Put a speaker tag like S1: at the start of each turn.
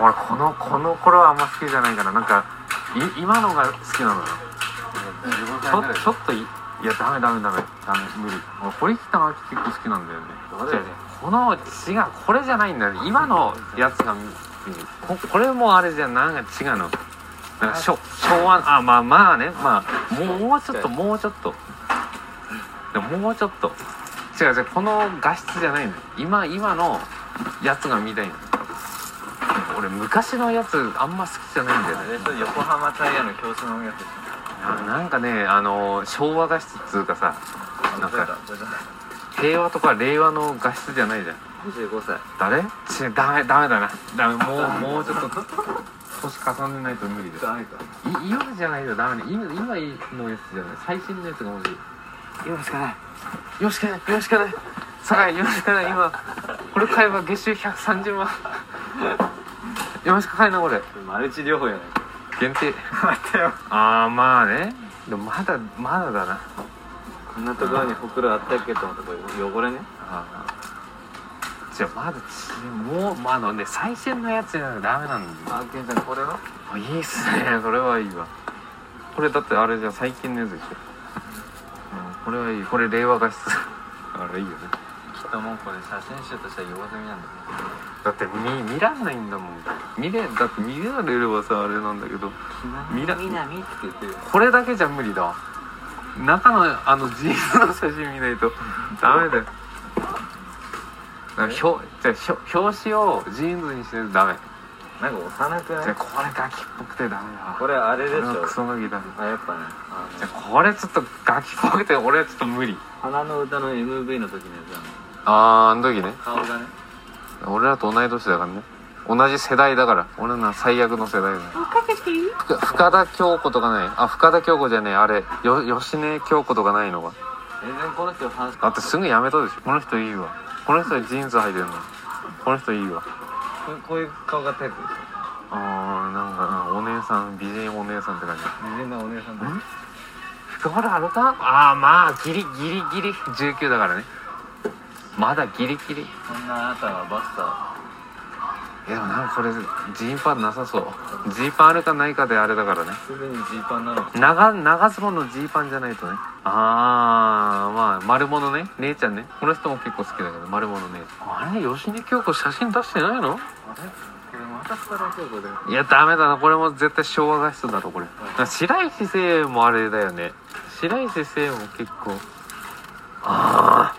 S1: 俺このこの頃はあんま好きじゃないからなんかい今のが好きなのよ
S2: 15
S1: ち
S2: 歳にな
S1: ょ
S2: る
S1: ちょっといいやダメダメダメダメ無理俺堀北真希結構好きなんだよね
S2: どうだ
S1: 違う
S2: よ
S1: 違うこの違うこれじゃないんだよね今のやつがここれもあれじゃなんか違うのなんかしょ昭和あまあまあねまあもうもうちょっともうちょっとでももうちょっと違う違うこの画質じゃないの今今のやつが見たいの俺昔のやつあんま好きじゃないんだよ
S2: あ
S1: ね
S2: れと横浜タイヤの教室のやつ
S1: あなんかねあの昭和画質っつうかさなん
S2: 覚え
S1: か
S2: た覚えた
S1: 平和とか令和の画質じゃないじゃん
S2: 25歳
S1: 誰ちダメダメだなダメもうもうちょっと年重ねないと無理だ
S2: ダメか
S1: い今じゃないとダメね今今のやつじゃない最新のやつが欲しい今しかない今しかない今しかない酒井今しかない今これ買えば月収130万今しか買えないこれ
S2: マルチ療法やないか
S1: 限定
S2: 待ってよ
S1: ああまあねでもまだまだだな
S2: こんなところにほくろあったっけと思ったこれ汚れね
S1: ああじゃあまだちもうまああのね最新のやつじゃなきゃダメなんだ
S2: あケンちゃんこれは
S1: あいいっすね それはいいわこれだってあれじゃん最近のやつでしょ、うん、これはいいこれ令和画質 あれいいよね
S2: きっともうこれ写真集としては用済みなんだ
S1: だって見見らんないんだもん見れだって見られればさあれなんだけど
S2: み
S1: み
S2: な
S1: な
S2: みなみって言ってるよ
S1: これだけじゃ無理だわ中のあのジーンズの写真見ない とダメだよなんかひょじゃあひょ表紙をジーンズにしてるとダメ
S2: なんか幼く
S1: じ
S2: な
S1: ゃあ
S2: い
S1: これガキっぽくてダメだわ
S2: これあれでし
S1: これは
S2: ょ
S1: クソガキだ
S2: あやっぱねあ
S1: じゃ
S2: の
S1: あこれちょっとガキっぽくて俺はちょっと無理
S2: 花の歌の MV の時のやつだもん
S1: あーあの時ね
S2: 顔がね
S1: 俺らと同い年だからね同じ世代だから俺ら最悪の世代だからふ深田恭子とかないあ深田恭子じゃねえあれよ芳根京子とかないのか
S2: 全然この人話
S1: だってすぐやめたでしょこの人いいわこの人ジーンズ履いてるのこの人いいわ
S2: ここういう顔がタイプでしょ
S1: あーなんかなお姉さん美人お姉さんって感じ
S2: 美人なお姉さんだ
S1: ん福原遥ああまあギリギリギリ19だからねまだギリギリ
S2: そんなあなたはバスタ
S1: いやでもなんかこれジーパンなさそうジーパンあるかないかであれだからね
S2: ーすでにジーパンなの
S1: 長長ズボンのジーパンじゃないとねああまあ丸物ね姉ちゃんねこの人も結構好きだけど丸物姉ちゃんあれ芳根京子写真出してないの
S2: あれこれまた深田恭子で
S1: いやダメだなこれも絶対昭和画質だろこれ白石聖もあれだよね白石聖も結構あ